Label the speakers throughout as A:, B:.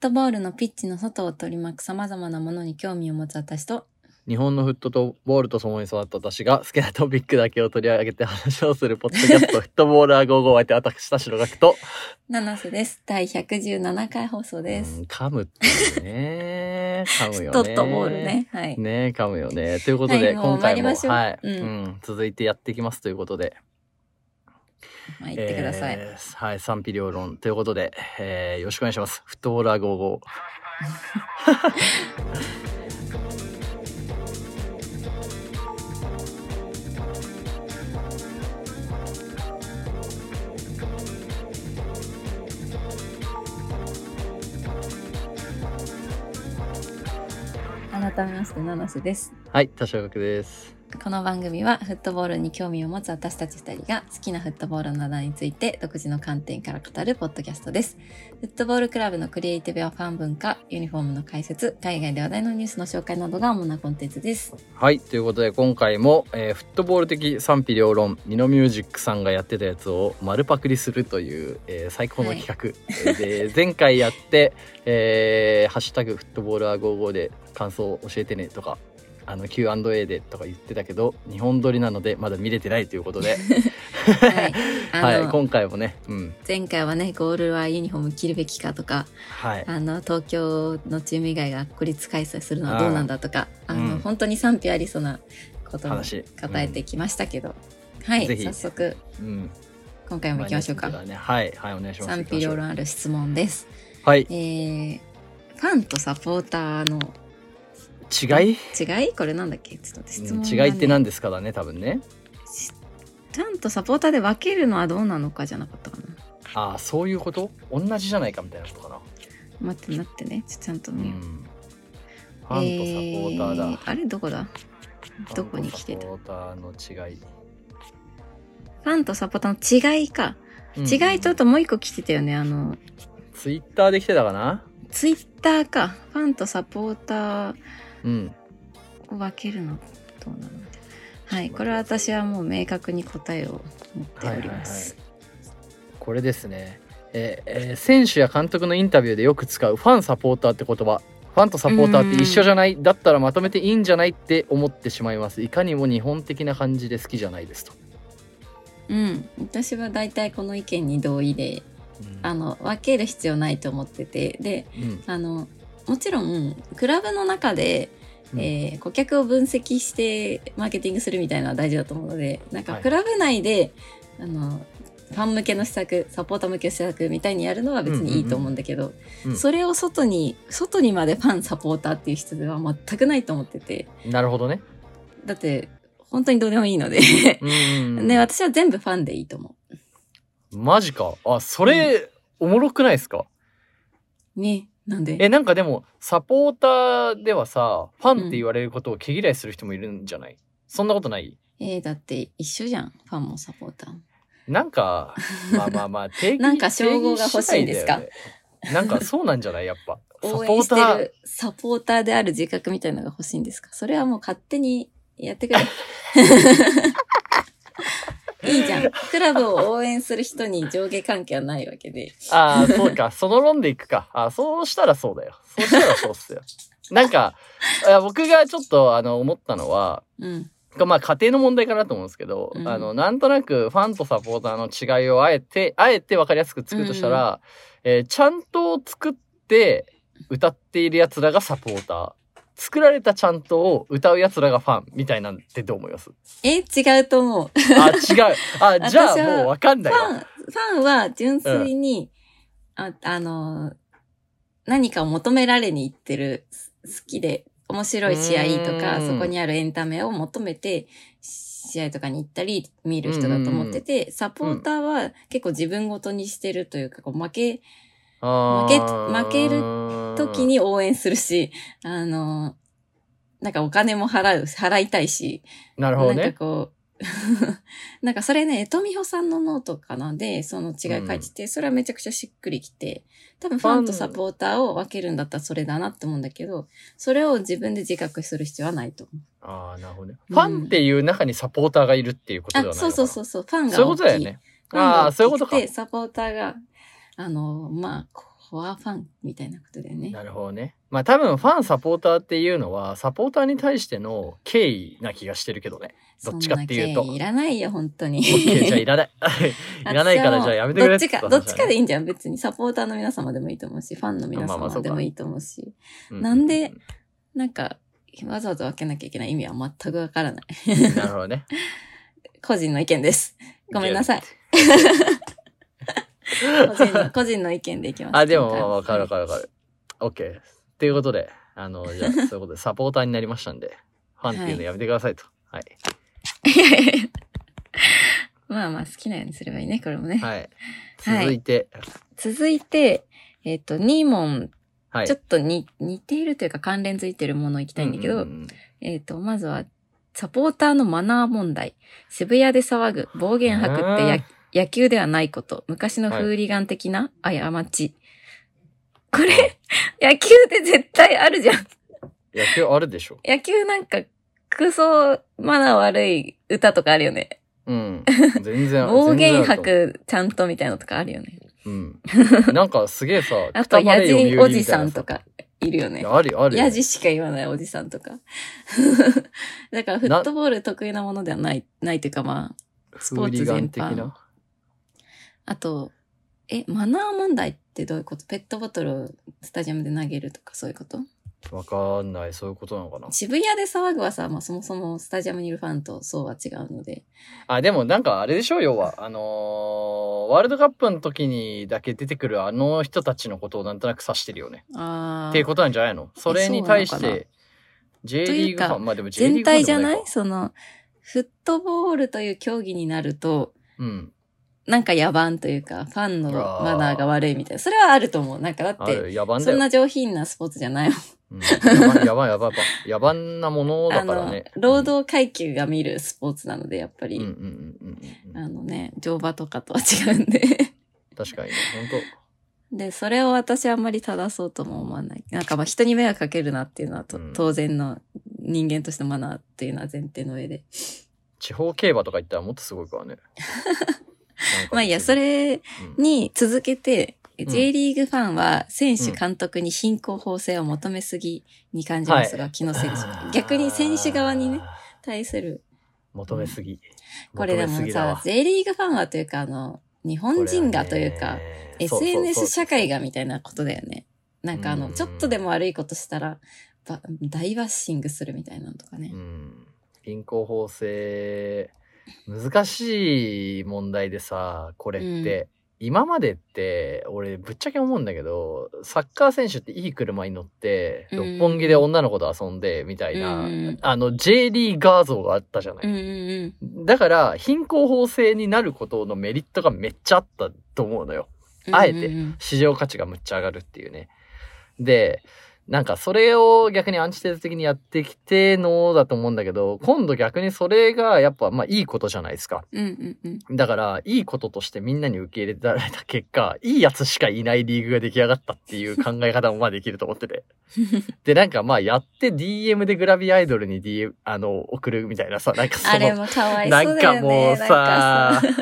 A: トボールのピッチの外を取り巻く様々なものに興味を持つ私と、
B: 日本のフットボールと共に育った私が好きなトピックだけを取り上げて話をするポッドキャストフットボールは55相手私田代学と
A: 七瀬です。第117回放送です
B: うん。噛むっていうね噛むよね
A: トットボールね。はい。
B: ね噛むよねということ
A: は
B: で、
A: いもう参
B: 今回
A: り
B: も
A: ましょう
B: はい、
A: うん
B: うん続いてやっていきますということで
A: まあ、言ってください。
B: えーはい賛否両論ということで、えーよろしくお願いしますフットボールは55
A: 改めまして、七瀬です。
B: はい田代学です
A: この番組はフットボールに興味を持つ私たち二人が好きなフットボールの話題について独自の観点から語るポッドキャストです。フットボールクラブのクリエイティブやファン文化、ユニフォームの解説、海外で話題のニュースの紹介などが主なコンテンツです。
B: はいということで今回も、えーフットボール的賛否両論ニノミュージックさんがやってたやつを丸パクリするという、えー最高の企画、で前回やって、えーハッシュタグフットボールは55」で感想を教えてねとかあの Q&A でとか言ってたけど日本撮りなのでまだ見れてないということで、
A: はい。あ
B: は
A: の、
B: い、今回もね、うん
A: 前回はね、ゴールはユニフォーム着るべきかとか、
B: はい、
A: あの、東京のチーム以外が国立開催するのはどうなんだとか、
B: う
A: あ
B: ん
A: の、
B: うん
A: 本当に賛否ありそうなことも
B: 話、
A: 答えてきましたけど、はい、
B: ぜひ
A: 早速、
B: うん、
A: 今回も行きましょうか。
B: ね、はいはいお願いします
A: 賛否両論ある質問です。
B: はい
A: えー、ファンとサポーターの
B: 違い、
A: 違いこれなんだっけちょっと待って質問
B: うん
A: がね、
B: 違いって何ですかだね多分ね
A: しファンとサポーターで分けるのはどうなのかじゃなかったかな。
B: ああそういうこと同じじゃないかみたいなことかな
A: 待って、待ってね。ちょちゃんと
B: う
A: 見よう。
B: んファンとサポーターだ、
A: えーあれどこだどこに来てた
B: ファンとサポーターの違い、
A: ファンとサポーターの違いか。違いとあともう一個来てたよね。あの、
B: ツイッターで来てたかな
A: ツイッターか。ファンとサポーター
B: うん
A: を分けるのどうなのはい。これは私はもう明確に答えを持っております。
B: これですねえーえー選手や監督のインタビューでよく使うファンサポーターって言葉ファンとサポーターって一緒じゃないだったらまとめていいんじゃないって思ってしまいますいかにも日本的な感じで好きじゃないですと、
A: うん。私は大体この意見に同意で、
B: うん
A: あの、分ける必要ないと思ってて、で、
B: うん
A: あの、もちろん、クラブの中で、
B: うん
A: えー顧客を分析してマーケティングするみたいなのは大事だと思うので、なんか
B: はい
A: クラブ内で、あの、ファン向けの施策、サポーター向けの施策みたいにやるのは別にいいと思うんだけど、
B: うん
A: それを外に、外にまでファン、サポーターっていう人では全くないと思ってて、
B: なるほどね、
A: だって、本当にどうでもいいので、
B: うん
A: ね、私は全部ファンでいいと思
B: マジかあそれ、おもろくないですか
A: う。ね、なんで。
B: えなんかでもサポーターではさファンって言われることを毛嫌いする人もいるんじゃない、そんなことない
A: えーだって一緒じゃん。ファンもサポーターも。
B: なんかまあまあま あ定義
A: なんか称号が欲しいんですか
B: 定義次第だよねなんかそうなんじゃないやっぱサポ
A: 応援
B: ー
A: し
B: タ
A: て
B: ー
A: るサポーターである自覚みたいなのが欲しいんですかそれはもう勝手にやってく れ。いいじゃん。クラブを応援する人に上下関係はないわけで。
B: ああそ うかその論でいくかあーそうしたらそうだよそうしたらそうっすよなんかいや僕がちょっとあの思ったのは
A: うん。
B: まあ家庭の問題かなと思うんですけど、
A: うん
B: あのなんとなくファンとサポーターの違いをあえてあえて分かりやすく作るとしたら、えーちゃんと作って歌っているやつらがサポーター作られたちゃんとを歌うやつらがファンみたいなんてどう思います
A: え、違うと思う。
B: あ違う あじゃあ
A: 私は
B: もう分かんない
A: ファ
B: わ
A: ン、ファンは純粋に、ああの、何かを求められに行ってる、す好きで、面白い試合とか、
B: うん
A: そこにあるエンタメを求めて、試合とかに行ったり、見る人だと思ってて、サポーターは結構自分ごとにしてるというか、こう負け、負け負ける時に応援するし、あの、なんかお金も払う、払いたいし、
B: なるほど
A: なん
B: ね
A: かこう、 なんかそれね、えとみほさんのノートかなで、その違い書いてて、それはめちゃくちゃしっくりきて、多分ファンとサポーターを分けるんだったらそれだなって思うんだけど、それを自分で自覚する必要はないと思
B: あーなるほどね
A: う
B: フ
A: ん
B: ァンっていう中にサポーターがいるっていうことで
A: う。あ、
B: はないのか
A: そう
B: な
A: そうそうそう、ファンが大きい。
B: そういうことだよね
A: ファンが
B: ああーそういうこ
A: 大
B: と
A: きく
B: か
A: てサポーターが、あの、まあ、こフォアファンみたいなことだよね。
B: なるほどね。まあ多分ファンサポーターっていうのはサポーターに対しての敬意な気がしてるけどね。どっちかっていうと
A: そんな敬意いらないよ、本当に。
B: 敬意じゃい らない。いらないからじゃあやめてく
A: ど
B: れ
A: っちか、
B: て話だ
A: ど
B: ね
A: っちかでいいんじゃん。別にサポーターの皆様でもいいと思うし、ファンの皆
B: まあまあそ
A: 様
B: うか
A: でもいいと思うし、
B: う
A: なんでなんか、わざわざ分けなきゃいけない意味は全くわからない。
B: なるほどね。
A: 個人の意見です。 ごめんな さい。個人の個人の意見でいきます。
B: あ、でも
A: 今回
B: まあ
A: は
B: わかるわかるわかる。OK。っていうことで、あの、 じゃあそういうことでサポーターになりましたんで、ファンっていうのやめてくださいと。はい。
A: まあまあ好きなようにすればいいね、これもね。
B: はい。
A: はい
B: 続いて、
A: 続いて、えっ、と、ニーモン、
B: はい。
A: ちょっとに、似ているというか関連づいてるもの行きたいんだけど、
B: うううん
A: えっ、と、まずは、サポーターのマナー問題。渋谷で騒ぐ、暴言吐くってや
B: うん
A: 野球ではないこと。昔のフーリガン的な過ち。これ、 野球で絶対あるじゃん。
B: 野球あるでしょ。
A: 野球なんか、クソ、マナー悪い歌とかあるよね。
B: うん。全然。
A: 暴言
B: 全然ある
A: 吐
B: と思う。
A: く、ちゃんとみたいなのとかあるよね。
B: うん。なんかすげえさ、
A: あと、
B: や
A: 野人おじさんと。か、いるよね
B: いや。あるよあるよ。
A: ヤジしか言わないおじさんとか。 だから、フットボール得意なものではない、ないというか、まあ、
B: スポーツ全的
A: スポーツ全
B: な
A: 般。あと、え、マナー問題ってどういうことペットボトルをスタジアムで投げるとかそういうこと
B: わかんない、そういうことなのかな。
A: 渋谷で騒ぐはさ、まあそもそもスタジアムにいるファンとそうは違うので。
B: あ、でもなんかあれでしょう、要は。あのーワールドカップの時にだけ出てくるあの人たちのことをなんとなく指してるよね。
A: あ
B: っていう
A: あ。
B: ことなんじゃないのそれに対し
A: そうなのか
B: て、J リーグフ
A: とい
B: ァ
A: う
B: ン、まあでも J リ
A: 全
B: ーグファン
A: 体
B: で
A: じゃ
B: も
A: な
B: ないいか
A: その、フットボールという競技になると、
B: うん。
A: なんか野蛮というか、ファンの
B: あー
A: マナーが悪いみたいな。それはあると思う。なんかだっ
B: あ
A: て、
B: る、野蛮だ
A: そん
B: よ。
A: な上品なスポーツじゃないもん。
B: うん、野蛮、野蛮、野蛮、野蛮なもの だ
A: あ
B: からね
A: の。、労働階級が見るスポーツなので、やっぱ
B: うんうん
A: り、
B: うんうんうんうん。
A: あのね、乗馬とかとは違うんで。
B: 確かにね、本
A: で、それを私あんまり正そうとも思わない。なんかまあ人に迷惑かけるなっていうのはと、
B: うん
A: 当然の人間としてのマナーっていうのは前提の上で。
B: 当地方競馬とか行ったらもっとすごいから ね。なんか
A: まあいや、そ、れ
B: うん
A: に続けて、
B: ん
A: J リーグファンは選手監督に貧困法制を求めすぎに感じますが、気のせいでしょうか逆に選手側にね、。対する。
B: 求めすぎ。
A: これで
B: 求めす
A: も
B: ぎだわ
A: さ、J リーグファンはというか、あの、日本人がというか、、SNS 社会
B: が。
A: がみたいなことだよね。なんかあ
B: う
A: の、
B: ん
A: ちょっとでも悪いことしたら、ば大バッシングするみたいなのとかね
B: う。ん。貧困法制、難しい問題でさ、これって、今までって、俺、ぶっちゃけ思うんだけど、サッカー選手っていい車に乗って、
A: うん
B: 六本木で女の子と遊んで、みたいな、
A: うん
B: あの、J リーガー像があったじゃない。
A: うんうん
B: だから、貧困法制になることのメリットがめっちゃあったと思うのよ。
A: うん。
B: あえて
A: うんうんうん
B: 市場価値がむっちゃ上がるっていうね。で、なんかそれを逆にアンチテーゼ的にやってきてのだと思うんだけど、今度逆にそれがやっぱまあいいことじゃないですか。
A: うんうんうん。
B: だからいいこととしてみんなに受け入れられた結果、いいやつしかいないリーグが出来上がったっていう考え方もまあできると思ってて。で、なんかまあやって DM でグラビアアイドルに DM、あの、送るみたいなさ、なんかその、
A: あれもかわい
B: な
A: そうんだよね。
B: かもうさ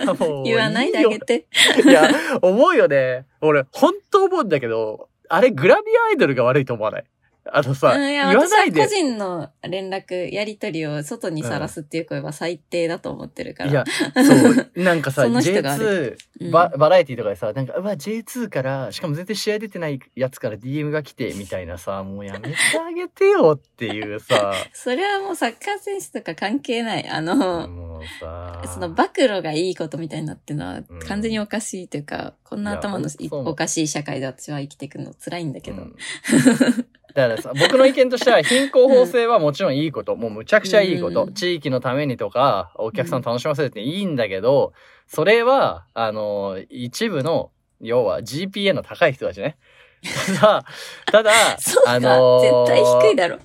A: なんか、
B: もう
A: 言わないであ
B: よ
A: げて。
B: いや、思うよね。俺、本当思うんだけど、あれ、グラビアアイドルが悪いと思わない。あのさ、
A: うんいや、
B: 言わ
A: 私
B: な
A: はい個
B: で。
A: 人の連絡、やりとりを外にさらすっていう声は最低だと思ってるから。
B: いや、そう、なんかさ、
A: その人が
B: J2
A: うん
B: バ、バラエティとかでさ、なんか、うわ、J2 から、しかも全然試合出てないやつから DM が来て、みたいなさ、もうやめてあげてよってい うさ、
A: それはもうサッカー選手とか関係ない。あの、
B: もうさ、
A: その暴露がいいことみたいになってるのは
B: うん
A: 完全におかしいというか、こんない
B: や
A: 頭のい
B: そう
A: おかしい社会で私は生きていくの辛いんだけど。
B: うんだ からさ、僕の意見としては、貧困法制はもちろんいいこと、もうむちゃくちゃいいこと、
A: うん、
B: 地域のためにとか、お客さんを楽しませるっていいんだけど、それは、あの、一部の、要は GPA の高い人たちね。 ただ、ただ
A: そうか、
B: あのー
A: 絶対低いだろ。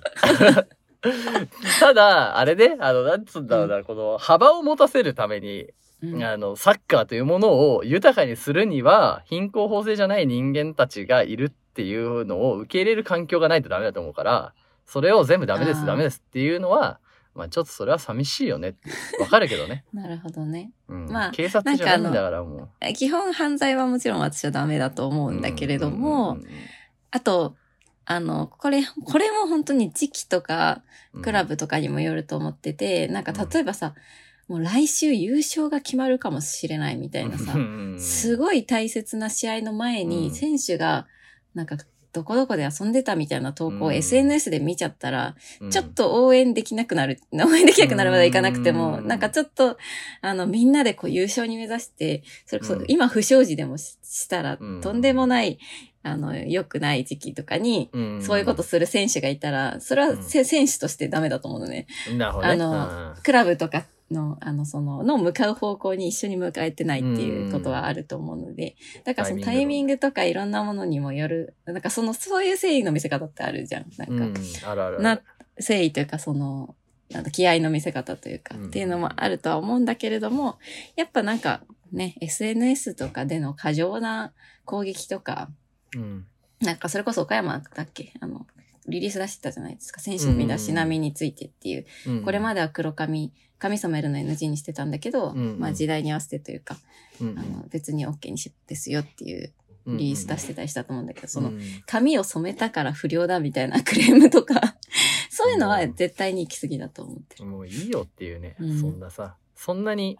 B: ただ、あれね、あの、なんつうんだろうな、この幅を持たせるために、
A: うん
B: あの、サッカーというものを豊かにするには、貧困法制じゃない人間たちがいるっていうのを受け入れる環境がないとダメだと思うから、それを全部ダメで
A: あ
B: す、
A: ー
B: ダメですっていうのは、まあちょっとそれは寂しいよねってわかるけどね、
A: なるほどね。
B: うん
A: まあ
B: 警察じゃないんだからも
A: 基本犯罪はもちろん私はダメだと思
B: う
A: うんだけれども、
B: うんうんうん
A: あと、あの、これ、これも本当に時期とか、
B: うん
A: クラブとかにもよると思ってて、なんか
B: うん
A: 例えばさ、もう来週優勝が決まるかもしれないみたいなさ
B: う、ん
A: すごい大切な試合の前
B: う
A: に
B: ん
A: 選手が、なんか、どこどこで遊んでたみたいな投稿
B: う
A: を
B: ん
A: SNS で見ちゃったら、
B: うん
A: ちょっと応援できなくなる、 応援できなくなるまではいかなくても、
B: うん
A: なんかちょっと、あの、みんなでこう優勝に目指して、それこそ
B: うん
A: 今不祥事でもししたら、
B: うん
A: とんでもない、あの、良くない時期とかに、
B: うん
A: そういうことする選手がいたら、それはせ、選手としてダメだと思うのね。
B: なるほどね
A: あのクラブとかの、あの、その、の向かう方向に一緒に向かえてないっていうことはあると思うので、だからその
B: タ
A: タ
B: イ
A: イ
B: ミ
A: ミ
B: ン
A: ングとかいろんなものにもよる、なんかその、そういう誠意の見せ方ってあるじゃん。なん
B: う
A: か、
B: んうんあるあるある
A: な誠意というかその、なんだ気合の見せ方というか、
B: うん
A: っていうのもあるとは思うんだけれども、やっぱなんかね、SNS とかでの過剰な攻撃とか、
B: うん
A: なんかそれこそ岡山だっけあの、リリース出してたじゃないですか。選手の身だしなみについてっていう。
B: うん
A: これまでは黒髪、髪染めるの NG にしてたんだけど、
B: うんうん
A: まあ時代に合わせてというか、
B: うんう
A: あの別に OK にしですよっていうんリリース出してたりしたと思うんだけど、その
B: うんうん
A: 髪を染めたから不良だみたいなク レームとか、そういうのは絶対に行き過ぎだと思ってる。
B: もういいよっていうね、
A: うん
B: そんなさそんなに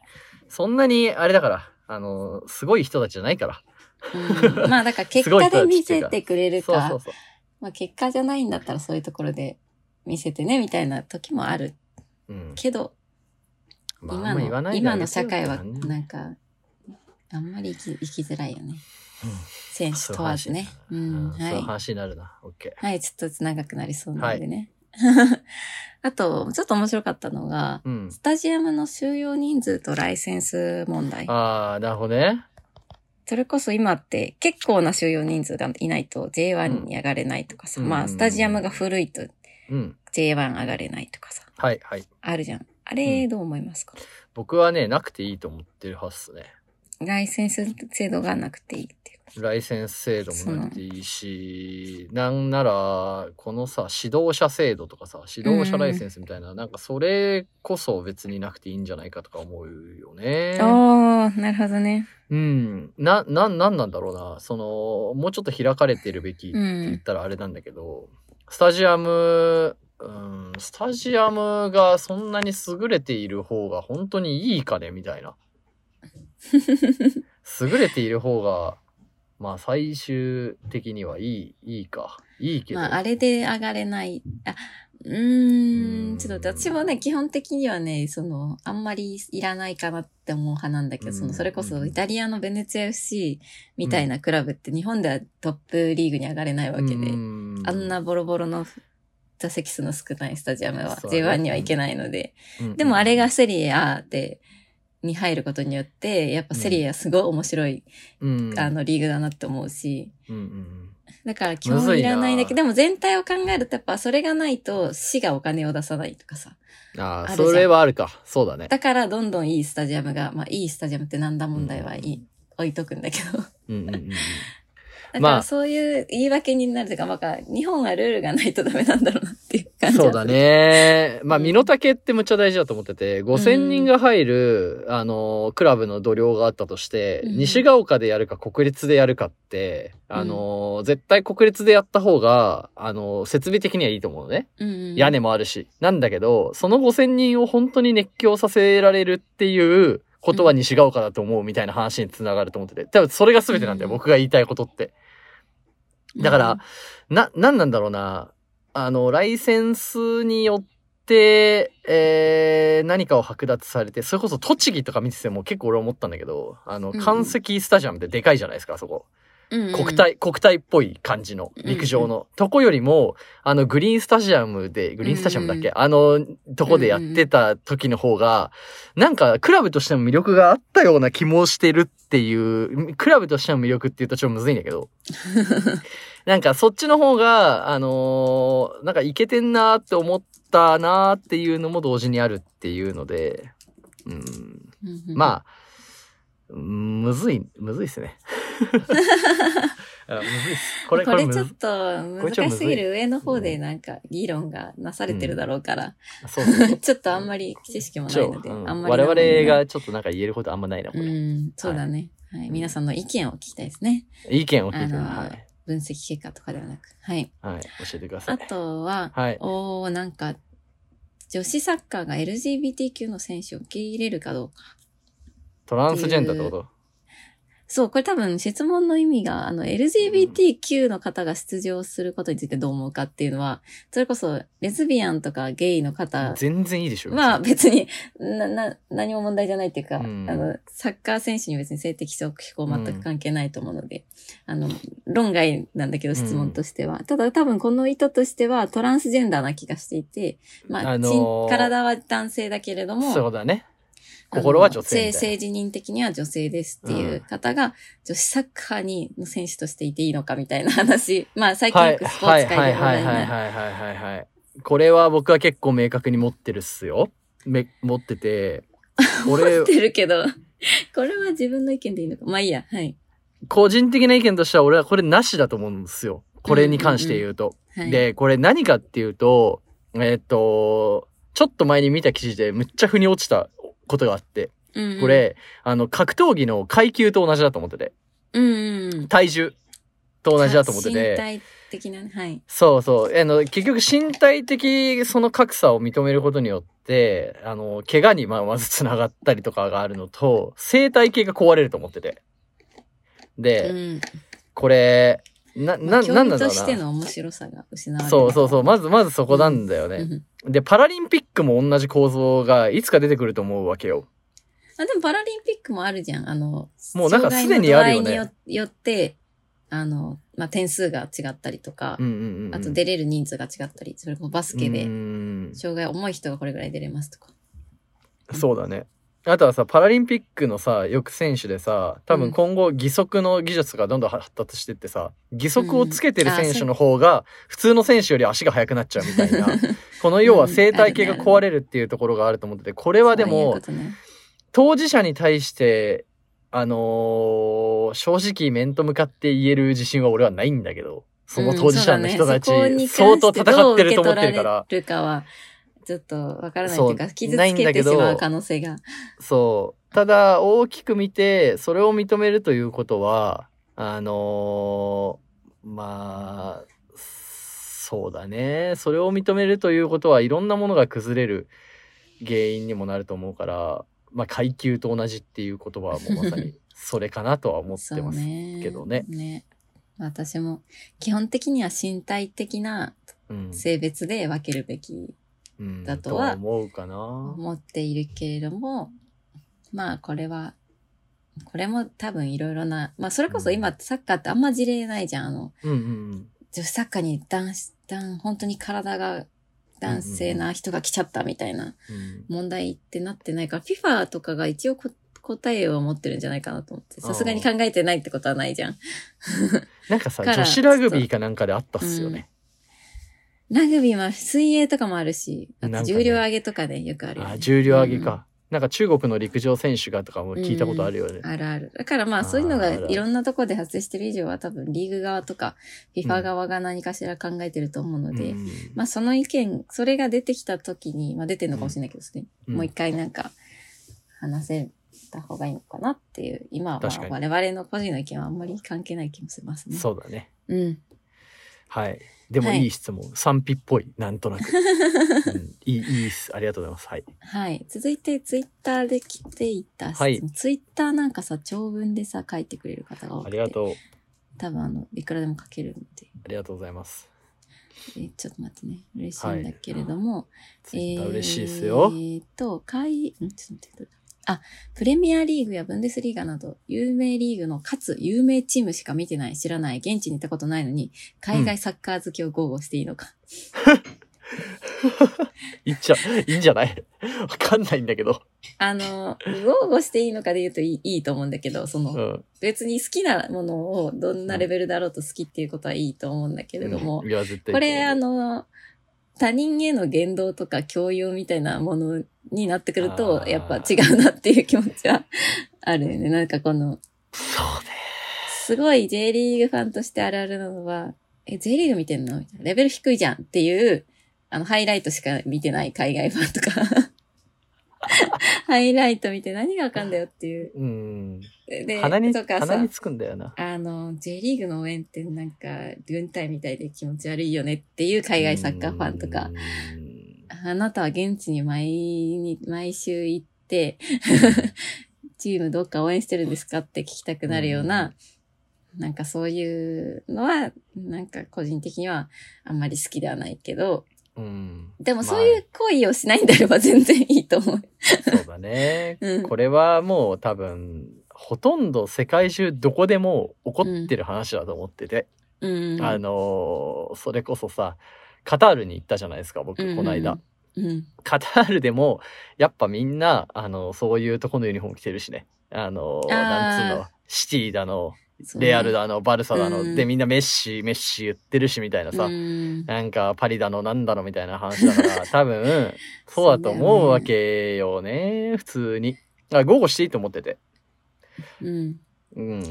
B: そんなにあれだからあのすごい人たちじゃないから
A: うんまあだから結
B: すご
A: 果
B: い人
A: で
B: たち
A: 見
B: っていう
A: せ
B: か
A: てくれる
B: そうそ
A: か
B: う、そう
A: まあ結果じゃないんだったらそういうところで見せてねみたいな時もある
B: うん
A: けど、
B: まああ
A: 今
B: んま言
A: の、
B: わないで
A: 今
B: あげ
A: の
B: てよ
A: 社
B: って
A: 会は
B: 感じ
A: なんか、あんまり生き生きづらいよね。
B: うん
A: 選手問わずね。う、
B: うんんそう
A: は
B: いう
A: い。
B: 話になるな。オッケ
A: はい、ちょっと長くなりそうなんでね。 あと、ちょっと面白かったのが、
B: ー。うん。
A: スタジアムの収容人数とライセンス問題。
B: ああ、なるほどね。
A: それこそ今って結構な収容人数がいないと J1 に上がれないとかさ、
B: うん
A: まあスタジアムが古いと
B: うん。
A: J1 上がれないとかさ、
B: はいはい。
A: あるじゃん。あ
B: う
A: れ
B: ん
A: どう思いますか、
B: 僕はね、なくていいと思ってるはずっすね。
A: ライセンス制度がなくていいっていう。
B: ライセンス制度もなくていいし、なんなら、このさ、指導者制度とかさ、指導者ライセンスみたいな、なんかそれこそ別になくていいんじゃないかとか思うよね。
A: おー、なるほどね。
B: うん。な、な、なんなんだろうな。その、もうちょっと開かれてるべきって
A: う
B: 言っ
A: ん。
B: たらあれなんだけど、スタジアム、うん、スタジアムがそんなに優れている方が本当にいいかねみ たいな。優れている方が、まあ最終的にはいい、いいか。いいけど。
A: まああれで上がれない。あ、う
B: う
A: ー
B: ん
A: ん、ちょっと私もね、基本的にはね、その、あんまりいらないかなって思う派なんだけど、そ
B: うん
A: の、それこそイタリアのベネツィア FC みたいなクラブって日本ではトップリーグに上がれないわけで。
B: うん
A: あんな、ボロボロの座席数の少ないスタジアムは
B: そうだ
A: J1
B: ね
A: には行けないので、
B: うん
A: でもあれが、セリエ A で、に入ることによって、やっぱセリエはすごい面白い、
B: うん、
A: あ、のリーグだなって思うし、
B: うんうん
A: だから基本いらないんだけど、でも全体を考えるとやっぱそれがないと市がお金を出さないとかさ。
B: うん、あ
A: ある
B: あ、
A: じゃん
B: それはあるか。そうだね。
A: だからどんどんいいスタジアムが、まあいいスタジアムってなんだ問題はいい、置いとくんだけ ど。
B: うんうんうんうん。
A: だか
B: まあ
A: らそういう言い訳になるというか、まあ日本はルールがないとダメなんだろうなっていう感じはする
B: そうだ。ね。まあ、
A: うん
B: 身の丈ってむっちゃ大事だと思ってて、5000人が入る、あの、クラブの度量があったとして、
A: うん
B: 西が丘でやるか国立でやるかって、あの、絶対国立でやった方が、あの、設備的にはいいと思うのね。
A: うんうん。
B: 屋根もあるし。なんだけど、その5000人を本当に熱狂させられるっていうことは西が丘だと思うみたいな話につながると思ってて。多分それが全てなんだよ、
A: うん
B: 僕が言いたいことって。だから、な、なんなんだろうな。あの、ライセンスによって、えー、何かを剥奪されて、それこそ栃木とか見てても結構俺思ったんだけど、あの、
A: うんうん
B: 関石スタジアムってでかいじゃないですか、あそこ。
A: うんうん、
B: 国体、国体っぽい感じの、陸上の。とこよりも、あの、グリーンスタジアムで、グリーンスタジアムだっけ、
A: う
B: あの、とこでやってた時の方が、なんか、クラブとしても魅力があったような気もしてるっていう、クラブとしての魅力って言うとちょっとむずいんだけ ど、なんかそっちの方が、あのーなんかいけてんなーって思ったなーっていうのも同時にあるっていうので、うん、 まあ、うんむずい、むずいっすね。やむずいっす
A: こ
B: こ
A: れ
B: れこれむ
A: ち
B: ず
A: ょっと
B: これちょっとむずい
A: 難しすぎる上の方でなんか議論がなされてるだろうから、
B: そうそうそ う
A: ちょっとあんまり知識もな
B: ち
A: い
B: ょ
A: ので、
B: うん
A: あんまり
B: 我々
A: が
B: がちょっとなんか言えることあんまないなこ
A: う
B: れ、
A: ん、そうだね、はい。皆さんの意見を聞きたいですね。
B: 意見を聞いて
A: あのー
B: はい、
A: 分析結果とかではなく。はい。
B: はい、教えてくださ
A: あ
B: い
A: とは、
B: はい
A: おー、なんか、女子サッカーが LGBTQ の選手を受け入れるかどうか。
B: トランスジェンダーってこと
A: そう、これ多分質問の意味が、あの、LGBTQ の方が出場することについてどう思うかっていうのは、それこそ、レズビアンとかゲイの方
B: 全然いいでしょ
A: は
B: 別
A: 別に、な、な、何も問題じゃないっていうか、
B: うん
A: あの、サッカー選手に別に性的指向全く関係ないと思うので、あの、論外なんだけど、質問としては。ただ多分この意図としては、トランスジェンダーな気がしていて、まあ、
B: あのー
A: 人体は男性だけれど
B: に
A: も、
B: そうだね心は女性
A: あ
B: み
A: の
B: た
A: 性
B: い
A: 性自認的には女性ですっていう方が、女子サッカーにの選手としていていいのかみたいな話。 まあ最
B: な
A: 近
B: は
A: よ
B: い
A: くスポーツ界で話
B: はい
A: 題に
B: は
A: な
B: い
A: る。
B: はいはいはいはいはいこれは僕は結構明確に持ってるっすよめ持っ てて俺
A: 言ってるけど、これは自分の意見でいいのか。まあいいや、はい。
B: 個人的な意見としては俺はこれなしだと思うんですよこれに関して言うと、
A: はい、
B: で、これ何かっていうと、えーっ、と、ちょっと前に見た記事でむっちゃ腑に落ちたことがあって、
A: うんうん
B: こ、れ、あの、格闘技の階級と同じだと思ってて、
A: うんうん、
B: 体重と同じだと思って
A: 身
B: て、
A: 体的なね、はい。
B: そうそう、あの、結局身体的その格差を認めることによって、あの、怪我にまあまずつながったりとかがあるのと、生態系が壊れると思ってて。で、
A: うん。
B: これ、な、な、
A: まあ
B: なんなんだ
A: 競技
B: ろ
A: として
B: うな。
A: の面白さが失われる。
B: そうそうそう、まず、まずそこなんだよね。
A: うんうん
B: で、パラリンピックも同じ構造がいつか出てくると思うわけよ。
A: あ、でもパラリンピックもあるじゃん。あの、
B: もうなんかすでにあるよ
A: 障害の
B: ね
A: 度合いによって、あの、まあ、点数が違ったりとか
B: う、んうんうん。
A: あと出れる人数が違ったり、それこそバスケ
B: う
A: で、
B: ん
A: 障害重い人がこれぐらい出れますとか。
B: そうだね。あとはさ、パラリンピックのさ、よく選手でさ、多分今後義足の技術がどんどん発達してってさ、義足をつけてる選手の方が普通の選手より足が速くなっちゃうみたいな、 この要は生態系が壊れるっていうところがあると思ってて、これはで
A: そういう
B: も
A: こ、とね
B: 当事者に対して、あのー正直面と向かって言える自信は俺はないんだけど、その当事者の人たち、
A: うん
B: 相
A: そう
B: 当
A: だねそこに関して
B: 戦ってると思ってるか
A: どう
B: ら
A: 受、け取れるかは、ちょっとわからないというか、
B: そう
A: 傷
B: ない
A: つ
B: ん
A: け
B: だけ
A: て
B: ど
A: しまう可能性が。
B: そう。ただ、大きく見て、それを認めるということは、あのーまあ、そうだね。それを認めるということはいろんなものが崩れる原因にもなると思うから、まあ、階級と同じっていう言葉はもうまさにそれかなとは思って
A: そう
B: ます。
A: ね。
B: けどね
A: 私も、基本的には身体的な
B: うん
A: 性別で分けるべき
B: うん
A: だとは
B: 思うかな。
A: 思っているけれども、まあこれは、これも多分いろいろな、まあそれこそ
B: う
A: 今サッカーってあんま事例ないじゃん。あの、
B: うんうん
A: 女子サッカーに男子、男、本当に体が男性な人が来ちゃったみたいな
B: うん。
A: 問題ってなってないから、FIFA とかが一応こ答えを持ってるんじゃないかなと思って、さすがに考えてないってことはないじゃん。
B: なんかさ、
A: から
B: 女子ラグビーかなんかであったっすよね。
A: ラグビーは水泳とかもあるし、あ
B: なん
A: と
B: かね
A: 重量上げとかで、よくあるよ、ね
B: あ、重量上げか。なんか中国の陸上選手がとかも聞いたことあるよね。
A: あるある。だからま
B: あ
A: あ
B: ー
A: そういうの
B: あ
A: が
B: るある
A: いろんなところで発生してる以上は多分リーグ側とか
B: うん
A: FIFA 側が何かしら考えてると思うので、
B: うん
A: まあその意見、それが出てきた時に、まあ出てるのかもしれないけど、すでに
B: うん
A: もう一回なんか話せた方がいいのかなっていう、今はまあ
B: 確かに
A: 我々の個人の意見はあんまり関係ない気もしますね。
B: そうだね。
A: う。ん。
B: はい。でも
A: はい
B: いい質問。賛否っぽい。なんと なく。うんいい、いいっす。ありがとうございます。はい。
A: はい。続いてツイッターで来ていた質問、
B: はい
A: ツイッターなんかさ、長文でさ、書いてくれる方が多くて。
B: ありがとう。
A: 多分あの、いくらでも書けるんで。
B: ありがとうございます。
A: えーちょっと待ってね。嬉しいんだけれども。
B: ツイッター
A: えー
B: 嬉しいですよ
A: え。ーと、会、んちょっと待ってどれだあ、プレミアリーグやブンデスリーガなど、有名リーグのかつ有名チームしか見てない、知らない、現地に行ったことないのに、海外サッカー好きを豪語していいのか。
B: いっちゃ、いいんじゃないわかんないんだけど。
A: あの、豪語していいのかで言うといいいいと思うんだけど、そうの、
B: ん。
A: 別に好きなものをどんなレベルだろうと好きっていうことはいいと思うんだけれども、
B: うんいや、絶対いいと思
A: こ
B: う
A: れあ、の、他人への言動とか教養みたいなものになってくる
B: あ
A: と、
B: ー
A: やっぱ違うなっていう気持ちはあるよね。なんかこの、
B: そうね。
A: すごい J リーグファンとしてあるあるなのは、え、J リーグ見てんのみたいなレベル低いじゃんっていう、あの、ハイライトしか見てない海外ファンと か。ハイライト見て何がわかんだよっていう。
B: うん。
A: で、
B: 鼻に、
A: とかさ
B: 鼻につくんだよな。
A: あの、J リーグの応援ってなんか、軍隊みたいで気持ち悪いよねっていう海外サッカーファンとか、
B: うん。
A: あなたは現地に毎日、毎 週行って、チームどっか応援してるんですかって聞きたくなるような、なんかそういうのは、なんか個人的にはあんまり好きではないけど、
B: うん。
A: でも
B: まあ
A: そういう行為をしないんであれば全然いいと思う。
B: そうだね。
A: うん
B: これはもう多分、ほとんど世界中どこでも起こってる話だと思ってて、
A: うん。
B: あのーそれこそさ、カタールに行ったじゃないですか、僕、この間。
A: うん。うん。
B: カタールでも、やっぱみんな、あの、そういうとこのユニフォーム着てるしね。あの、
A: あー
B: なんつうの、シティだの、
A: そうね
B: レアルだの、バルサだの、
A: うん
B: でみんなメッシ、メッシ言ってるしみたいなさ、
A: うん
B: なんかパリだの、なんだのみたいな話だ から、多分、そうだと思うわけよね、普通に。あ、午後していいと思ってて。
A: うん。
B: うん。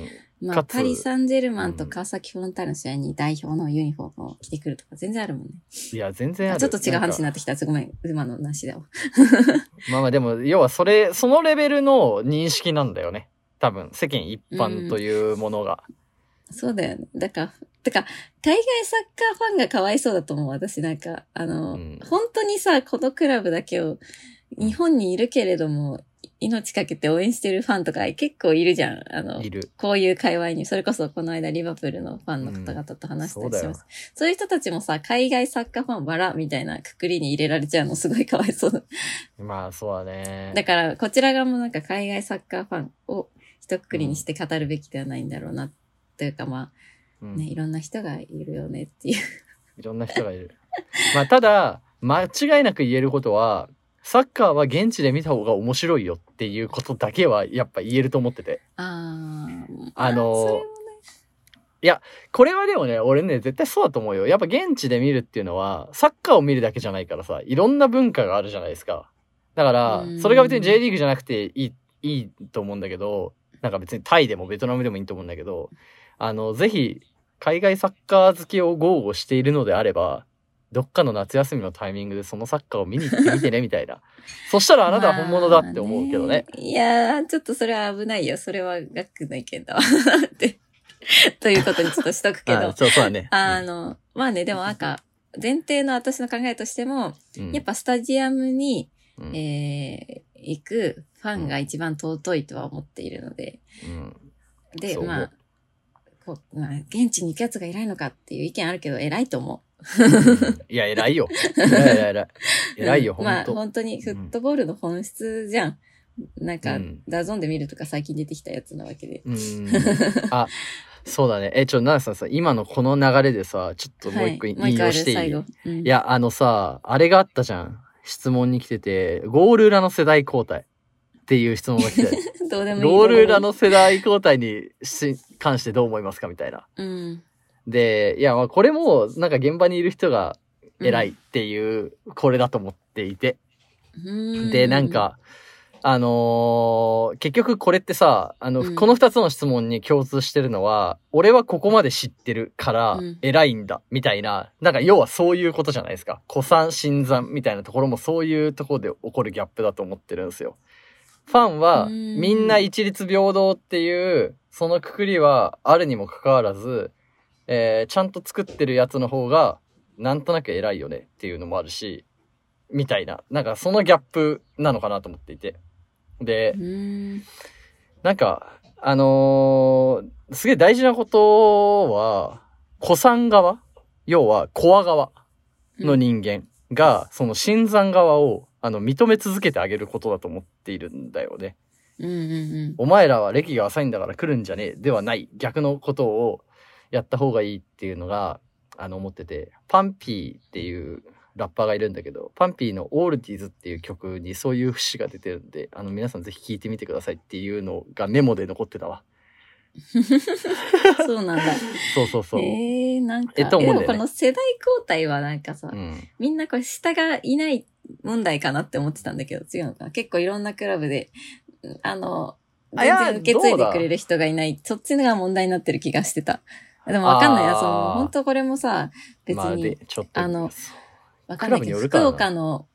A: ま
B: か
A: あ、
B: つ
A: パリ・サンジェルマンと川崎フロンターレの試合に代表のユニフォームを着てくるとか全然あるもんね。
B: いや、全然あ
A: あ
B: る。
A: ちょっと違う話にな
B: なんか
A: ってきた。ごめん、馬のなしだわ。
B: まあまあでも、要はそれ、そのレベルの認識なんだよね。多分、世間一般というものが。
A: そうだよね。だから、だから、海外サッカーファンがかわいそうだと思う。私なんか、あの、
B: うん
A: 本当にさ、このクラブだけを、日本にいるけれども、命かけて応援してるファンとか結構いるじゃん。あの
B: い、る。
A: こういう界隈に、それこそこの間リバプールのファンの方々と話したりしました。
B: うんそうだよ
A: そういう人たちもさ、海外サッカーファンバラみたいなくくりに入れられちゃうのすごいかわいそうだ。
B: まあ、そうだね。
A: だから、こちら側もなんか海外サッカーファンを一括りにして語るべきではないんだろうな。というかまあ
B: うん
A: ね、いろんな人がいるよねって いう。
B: いろんな人がいる。まあただ間違いなく言えることはサッカーは現地で見た方が面白いよっていうことだけはやっぱ言えると思ってて
A: あー
B: あのー
A: それもね
B: これはでもね俺ね絶対そうだと思うよやっぱ現地で見るっていうのはサッカーを見るだけじゃないからさいろんな文化があるじゃないですかだから
A: うん
B: それが別に J リーグじゃなくていいいいと思うんだけどなんか別にタイでもベトナムでもいいと思うんだけどあのぜひ海外サッカー好きを豪語しているのであればどっかの夏休みのタイミングでそのサッカーを見に行ってみてねみたい なそしたらあなたは本物だって思うけどね,、
A: まあいやー、ちょっとそれは危ないよ。それはガックの意見だわ。 ってということにちょっとしとくけ
B: あ
A: ど。
B: そうそうだね
A: あの、まあね、でもなんか、前提の私の考えとしても、
B: うん
A: やっぱスタジアムに、
B: うん
A: えー行くファンが一番尊いとは思っているので、
B: うん
A: で、
B: そう思う
A: まあ、こう、まあ、現地に行くやつが偉いのかっていう意見あるけど、偉いと思
B: いや、偉いよ。偉い偉い偉
A: う。
B: い。偉いよ、
A: うん
B: ほ
A: ま
B: ん
A: あ、
B: と。
A: 本当にフットボールの本質じゃん。なんか
B: うん、
A: ダゾンで見るとか最近出てきたやつなわけで。
B: うーん。あ、そうだね。え、ちょ、奈良さんさ、今のこの流れでさ、ちょっともう一個
A: はい
B: 引
A: もう一個ある、
B: 用していい、
A: 最
B: い
A: 後。うん、
B: や、あのさ、あれがあったじゃん。質問に来てて、ゴール裏の世代交代っていう質問が来て、
A: どう でもいい。
B: ゴール裏
A: ど
B: の世代交代にし関してどう思いますかみたいな。
A: うでもいい、うん。
B: で、いや、まあこれも、なんか現場にいる人が偉い
A: うん
B: っていう、これだと思っていて。
A: うん
B: で、なん、か、あのー結局これってさ、あの、
A: うん
B: この二つの質問に共通してるのは、俺はここまで知ってるから
A: うん
B: 偉いんだ、みたいな、なんか要はそういうことじゃないですか。古参、新参みたいなところもそういうところで起こるギャップだと思ってるんですよ。ファンは、
A: うん
B: みんな一律平等っていう、そのくくりはあるにもかかわらず、えーちゃんと作ってるやつの方が、なんとなく偉いよねっていうのもあるし、みたいな。なんかそのギャップなのかなと思っていて。で
A: う、ん。
B: なんか、あのーすげえ大事なことは、古参側要は、コア側の人間が、その新参側を、あの、認め続けてあげることだと思っているんだよね。
A: うんうん
B: お前らは歴が浅いんだから来るんじゃねえではない逆のことをやった方がいいっていうのがあの思っててパンピーっていうラッパーがいるんだけどパンピーの「オールディーズ」っていう曲にそういう節が出てるんであの皆さんぜひ聴いてみてくださいっていうのがメモで残ってたわ
A: うん。そうなんだ。
B: そうそうそう、
A: えー、なんか、
B: えっと思うんだよね
A: でもこの世代交代はなんかさ、
B: うん、
A: みんなこれ下がいない問題かなって思ってたんだけど、違うのかな結構いろんなクラブで、あの、
B: あいや
A: 全然受け継い
B: どう
A: で
B: だ
A: くれる人がいない。そっちのが問題になってる気がしてた。でもわかんない
B: あ
A: や、
B: ー
A: その、本当これもさ、別
B: まあで
A: に、
B: ちょっと
A: あの、わかんないけど、
B: クラブによるから
A: 福
B: な
A: 岡の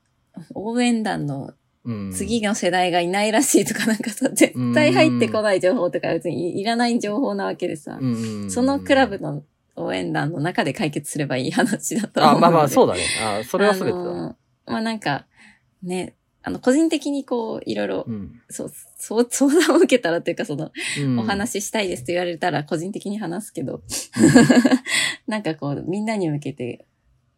A: 応援団の
B: うん、
A: 次の世代がいないらしいとかなんかさ、絶対入ってこない情報とか別にいらない情報なわけでさ、
B: うんうんうん
A: そのクラブの応援団の中で解決すればいい話だと思うの
B: あ
A: で。
B: まあまあそうだねあそ
A: そ
B: れは全てだ、
A: まあなんか、ね、あの、個人的にこう、いろいろ
B: う、ん
A: そう、そう、 相談を受けたらっていうか、その、
B: うん
A: お話ししたいですと言われたら、個人的に話すけど、 なんかこう、みんなに向けて、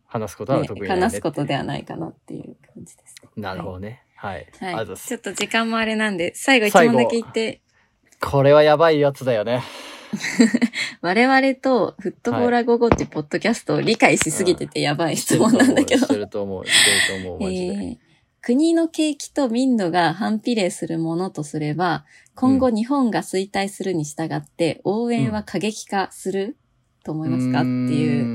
B: 話すことは
A: ね
B: 得意なん
A: 話すことではないかなっていう感じです。
B: なるほどねはい、ありが
A: は
B: とうございま
A: い。
B: す
A: ちょっと時間もあれなんで、最後一
B: 最後
A: 問だけ言って、
B: これはやばいやつだよね。
A: 我々とフットボーラー午後っていうポッドキャストを理解しすぎててやばい質問なんだけど
B: し、てると思う。してると思う。
A: え
B: マジで。
A: ー国の景気と民度が反比例するものとすれば、今後日本が衰退するに従って、応援は過激化すると思いますか、っていう、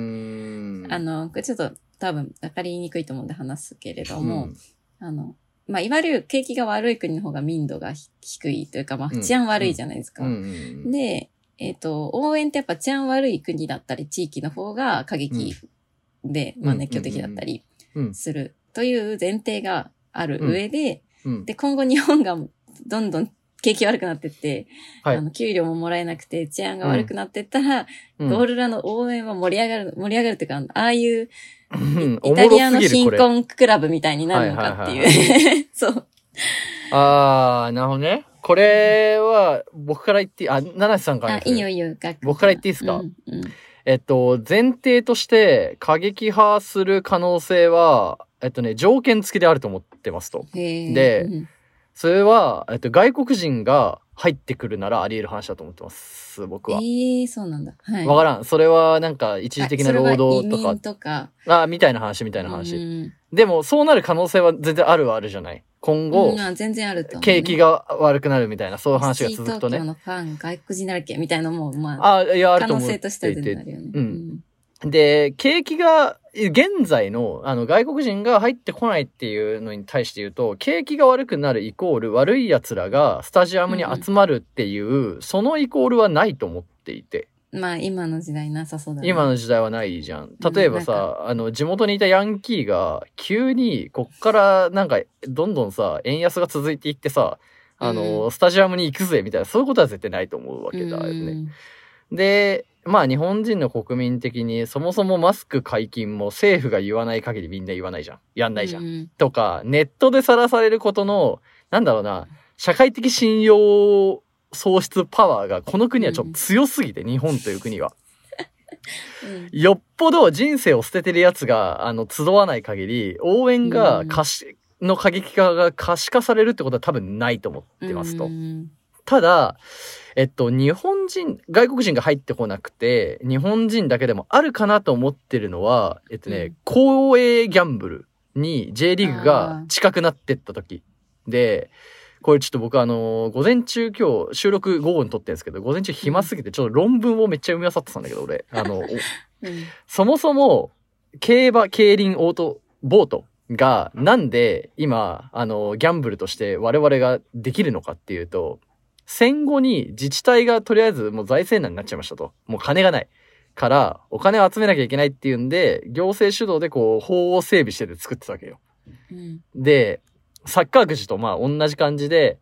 B: いう
A: あの、これちょっと多分分かりにくいと思うんで話すけれども、
B: うん
A: あの、まあ、いわゆる景気が悪い国の方が民度がひ低いというか、まあ、
B: うん
A: 治安悪いじゃないですか。
B: うんうんうん
A: で、えっ、と、応援ってやっぱ治安悪い国だったり、地域の方が過激で、
B: うん
A: まあ熱狂的だったり
B: うん
A: するという前提がある上で、
B: うん
A: で、今後日本がどんどん景気悪くなってって、
B: はい
A: あの、給料ももらえなくて治安が悪くなってったら、
B: うん
A: ゴールラの応援は盛り上がる、盛り上がるっていうか、あのああいう
B: うん
A: イタリアの
B: おもろす
A: 貧
B: ぎるこれ
A: 困クラブみたいになるのかって
B: はい
A: いう。 そう。
B: あー、なるほどね。これは、僕から言って、あ、七瀬さんから
A: あ、
B: です
A: い
B: ね
A: いよいいよ。学校
B: 僕から言っていいですか
A: うんうん
B: えっと、前提として、過激派する可能性は、えっとね、条件付きであると思ってますと。
A: へー
B: で
A: うん
B: それは、えっと、外国人が入ってくるならあり得る話だと思ってます、僕は。
A: ええそうなんだ。はい。
B: わからん。それはなんか一時的な労働
A: あそれは移民
B: と
A: とか、
B: か、あみたいな話みた
A: み
B: いな話。でも、そうなる可能性は全然あるはあるじゃない。今後、
A: 全然あると思う、ね。
B: 景気
A: が、
B: が悪くなるみたいな、そういう話が続くと
A: 東京
B: ね。
A: のファン、外国人だらけみたいなのも、まあ、
B: あ、いや、ある
A: 可
B: と
A: 能
B: 思う。
A: 性としては全然あるよね。
B: うんで、景気が、現在の、あの、外国人が入ってこないっていうのに対して言うと、景気が悪くなるイコール、悪い奴らがスタジアムに集まるっていう、そのイコールはないと思っていて。
A: うんまあ、今の時代なさそうだね。
B: 今の時代はないじゃん。
A: うん
B: 例えばさ、あの、地元にいたヤンキーが、急に、こっから、なんか、どんどんさ、円安が続いていってさ、あの、スタジアムに行くぜ、みたいな、そういうことは絶対ないと思うわけだよね。で、まあ、日本人の国民的に、そもそもマスク解禁も政府が言わない限りみんな言わないじゃん。やんないじゃん。
A: ん。
B: とか、ネットでさらされることの、なんだろうな、社会的信用喪失パワーが、この国はちょっと強すぎて、日本という国は。
A: うん
B: よっぽど人生を捨ててる奴が、あの、集わない限り、応援が可視、の過激化が可視化されるってことは多分ないと思ってますと。
A: うん
B: ただ、えっと、日本人、外国人が入ってこなくて、日本人だけでもあるかなと思ってるのは、えっと
A: う
B: ね
A: ん、
B: 公営ギャンブルに J リーグが近くなってった時で、これちょっと僕あの、午前中今日収録午後に撮ってるんですけど、午前中暇すぎてちょっと論文をめっちゃ読み漁ってたんだけど、俺。あの、
A: うん
B: そもそも、競馬、競輪、オート、ボートが、なんで今、あの、ギャンブルとして我々ができるのかっていうと、戦後に自治体がとりあえずもう財政難になっちゃいましたと。もう金がない。から、お金を集めなきゃいけないっていうんで、行政主導でこう、法を整備してて作ってたわけよ。
A: うん
B: で、サッカーくじとまあ同じ感じで、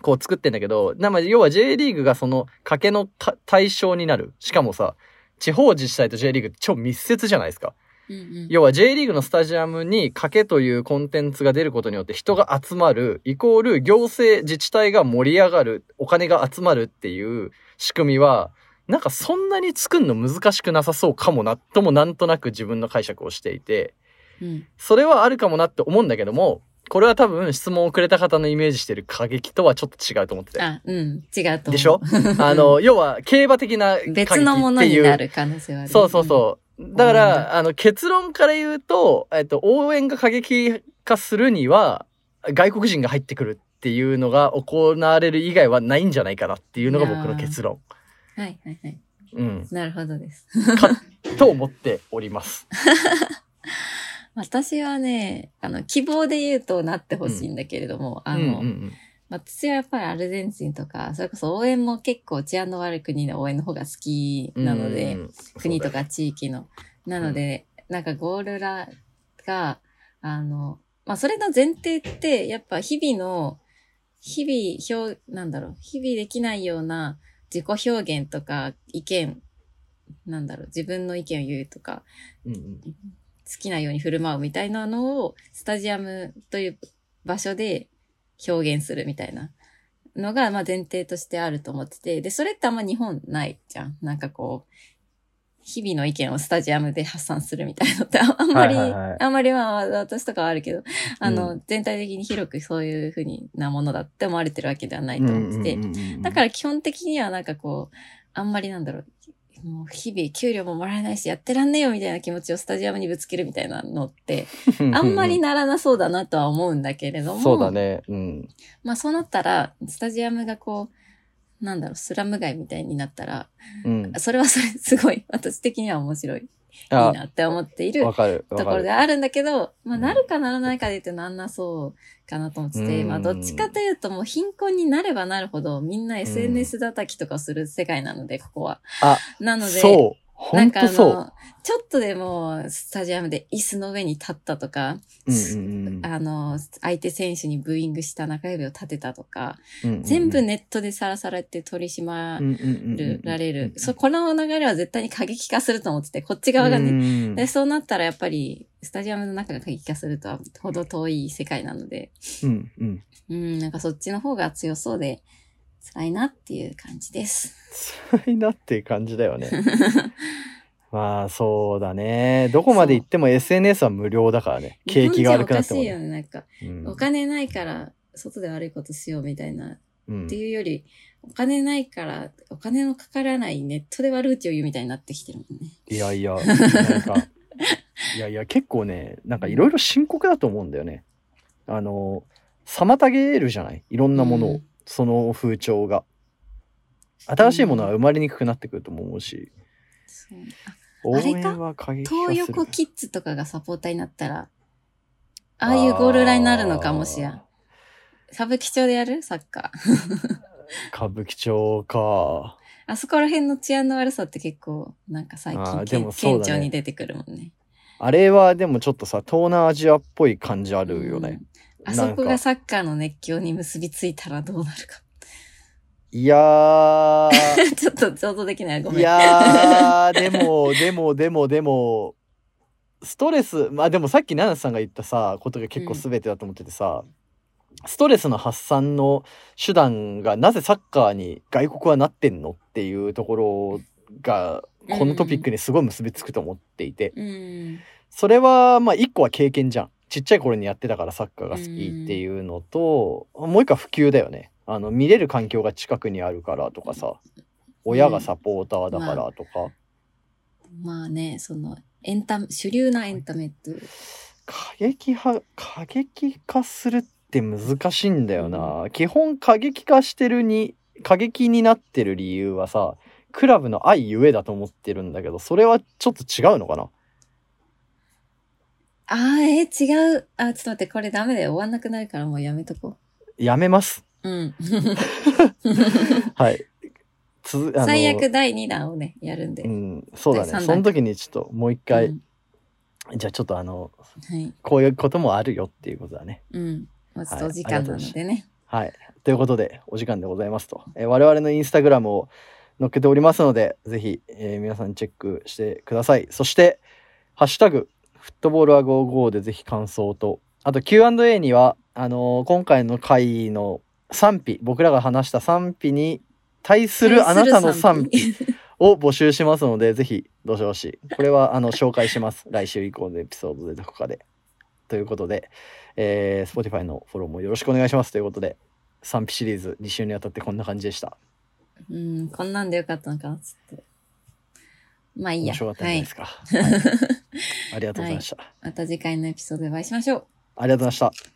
B: こう作ってんだけど、なまあ要は J リーグがその賭けのた対象になる。しかもさ、地方自治体と J リーグって超密接じゃないですか。
A: うんうん
B: 要は J リーグのスタジアムに賭けというコンテンツが出ることによって人が集まる、イコール行政自治体が盛り上がる、お金が集まるっていう仕組みは、なんかそんなに作るの難しくなさそうかもな、ともなんとなく自分の解釈をしていて、
A: うん
B: それはあるかもなって思うんだけども、これは多分質問をくれた方のイメージしてる過激とはちょっと違うと思ってて。
A: あ、うん、違うと思う。
B: で しょあの、要は競馬的な過激っていう。
A: 別のものになる可能性はある。
B: そうそうそう。だか
A: うん
B: ら、あの、結論から言うと、えっと、応援が過激化するには、外国人が入ってくるっていうのが行われる以外はないんじゃないかなっていうのが僕の結論。
A: うん。はいはいはい。
B: うん。
A: なるほどです。
B: と思っております。
A: 私はね、あの、希望で言うとなってほしいんだけれども、あの、
B: うんうん
A: まあ、私はやっぱりアルゼンチンとか、それこそ応援も結構治安の悪い国の応援の方が好きなので、
B: うん
A: 国とか地域の。なので、なんかゴールラが、あの、まあ、それの前提って、やっぱ日々の、日々表、なんだろう、日々できないような自己表現とか意見、なんだろう、自分の意見を言うとか、
B: そうだようん
A: 好きなように振る舞うみたいなのをスタジアムという場所で表現するみたいなのがまあ前提としてあると思っててでそれってあんま日本ないじゃんなんかこう日々の意見をスタジアムで発散するみたいなのってああんまり、
B: はいはいはい
A: あんまりまあ私とかはあるけどあの、
B: う
A: 全体的に広くそういうふうなものだって思われてるわけではない
B: うん
A: と
B: うん
A: 思ってて、
B: うんうんうん
A: だから基本的にはなんかこう、あんまりなんだろう、もう日々給料ももらえないしやってらんねえよみたいな気持ちをスタジアムにぶつけるみたいなのって、あんまりならなそうだなとは思うんだけれども、
B: そうだねうん
A: まあそうなったら、スタジアムがこう、なんだろう、スラム街みたいになったら、
B: うん
A: それはそれすごい私的には面白い、いい
B: あ
A: なって思っている
B: わかるわ
A: と
B: か
A: ころ
B: る
A: であるんだけど、まあ、
B: うん
A: なるかならないかで言ってなんなそうかなと思ってて、
B: うん
A: まあ、どっちかというと、もう貧困になればなるほど、みんな SNS 叩きとかする世界なので、ここは。
B: あ
A: なので、
B: そう
A: な
B: 本
A: んかあ
B: 当そう
A: の、ちょっとでも、スタジアムで椅子の上に立ったとか、
B: うんうんうん
A: あの、相手選手にブーイングした中指を立てたとか、
B: うんうんうん
A: 全部ネットでさらされて取り締ま
B: うんうんうんうん
A: られる。そうこの流れは絶対に過激化すると思ってて、こっち側がね、
B: うん
A: で、そうなったらやっぱり、スタジアムの中が過激化するとは、ほど遠い世界なので、
B: うんうん
A: うん、なんかそっちの方が強そうで、辛いなっていう感じです。
B: 辛いなっていう感じだよ ねまあそうだねどこまで行っても SNS は無料だからね景気が悪くなって
A: 日本人おかし
B: もね
A: いよね、なんか、
B: うん
A: お金ないから、外で悪いことしようみたいな、
B: うん
A: っていうより、お金ないから、お金のかからないネットで悪口を言うみたいになってきてるもんね。
B: いやいや、なんか、 いやいや、結構ね、なんかいろいろ深刻だと思うんだよね。あの、妨げるじゃないいろんなものを、
A: うん
B: その風潮が。新しいものは生まれにくくなってくるとも思うし、
A: そう
B: 応
A: あれか
B: 援は過激化
A: 東
B: する。
A: 横キッズとかがサポーターになったら、ああいうゴールラインになるのかもしれん。歌舞伎町でやるサッカー。
B: あー。歌舞伎町か。
A: あそこら辺の治安の悪さって結構、なんか最
B: あ
A: 近、
B: ーでも
A: 県
B: そうだね
A: 県庁に出てくるもんね。
B: あれはでもちょっとさ、東南アジアっぽい感じあるよね。
A: うん。あそこ
B: なん
A: が
B: か
A: サッカーの熱狂に結びついたらどうなるか。
B: いやー、
A: ちょっと想像できない。ごめん。
B: いやーでもでもでもでもストレスまあでもさっき奈々さんが言ったさことが結構全てだと思っててさ、ストレスの発散の手段がなぜサッカーに外国はなってんのっていうところがこのトピックにすごい結びつくと思っていて、
A: うん。
B: それはまあ一個は経験じゃんちっちゃい頃にやってたからサッカーが好きっていうのと、もう一個は普及だよねあの見れる環境が近くにあるからとかさ親がサポーターだからとか、
A: まあね、その、エンタメ、主流なエンタメっていう。
B: 過激派過激化するって難しいんだよな、基本過激化してるに過激になってる理由はさクラブの愛ゆえだと思ってるんだけどそれはちょっと違うのかな
A: あー、えー違う。あー、ちょっと待って、これダメだよ。終わんなくなるからもうやめとこ
B: やめます
A: う。うん。
B: はいつあの
A: 最悪第2弾をね、やるんで。
B: う
A: うん
B: そうだ
A: 第
B: ね
A: 三弾
B: その時にちょっともう一回、
A: ん
B: じゃあちょっとあの
A: はい。
B: こういうこともあるよっていうことだね
A: うん。もうちょっとお時間なのでね。
B: はい。ということで、お時間でございますと。えー我々のインスタグラムを載っけておりますので、ぜひ、えー皆さんチェックしてください。そして、ハッシュタグ、フットボールは55でぜひ感想と、あと Q&A には、あのー今回の回の賛否、僕らが話した賛否に対するあなたの賛否
A: 否。
B: を募集しますので、ぜひ、どうしどし。これは、あの、紹介します。来週以降のエピソードでどこかで。ということで、えー、Spotify のフォローもよろしくお願いします。ということで、賛否シリーズ2週にわたってこんな感じでした。
A: うん、こんなんでよかったのかな、ちょっと。まあいい
B: 面
A: や。
B: 白かったん
A: は
B: じゃない
A: い
B: で。すか。はいありがとうございました。
A: また次回のエピソードでお会いしましょう。
B: ありがとうございました。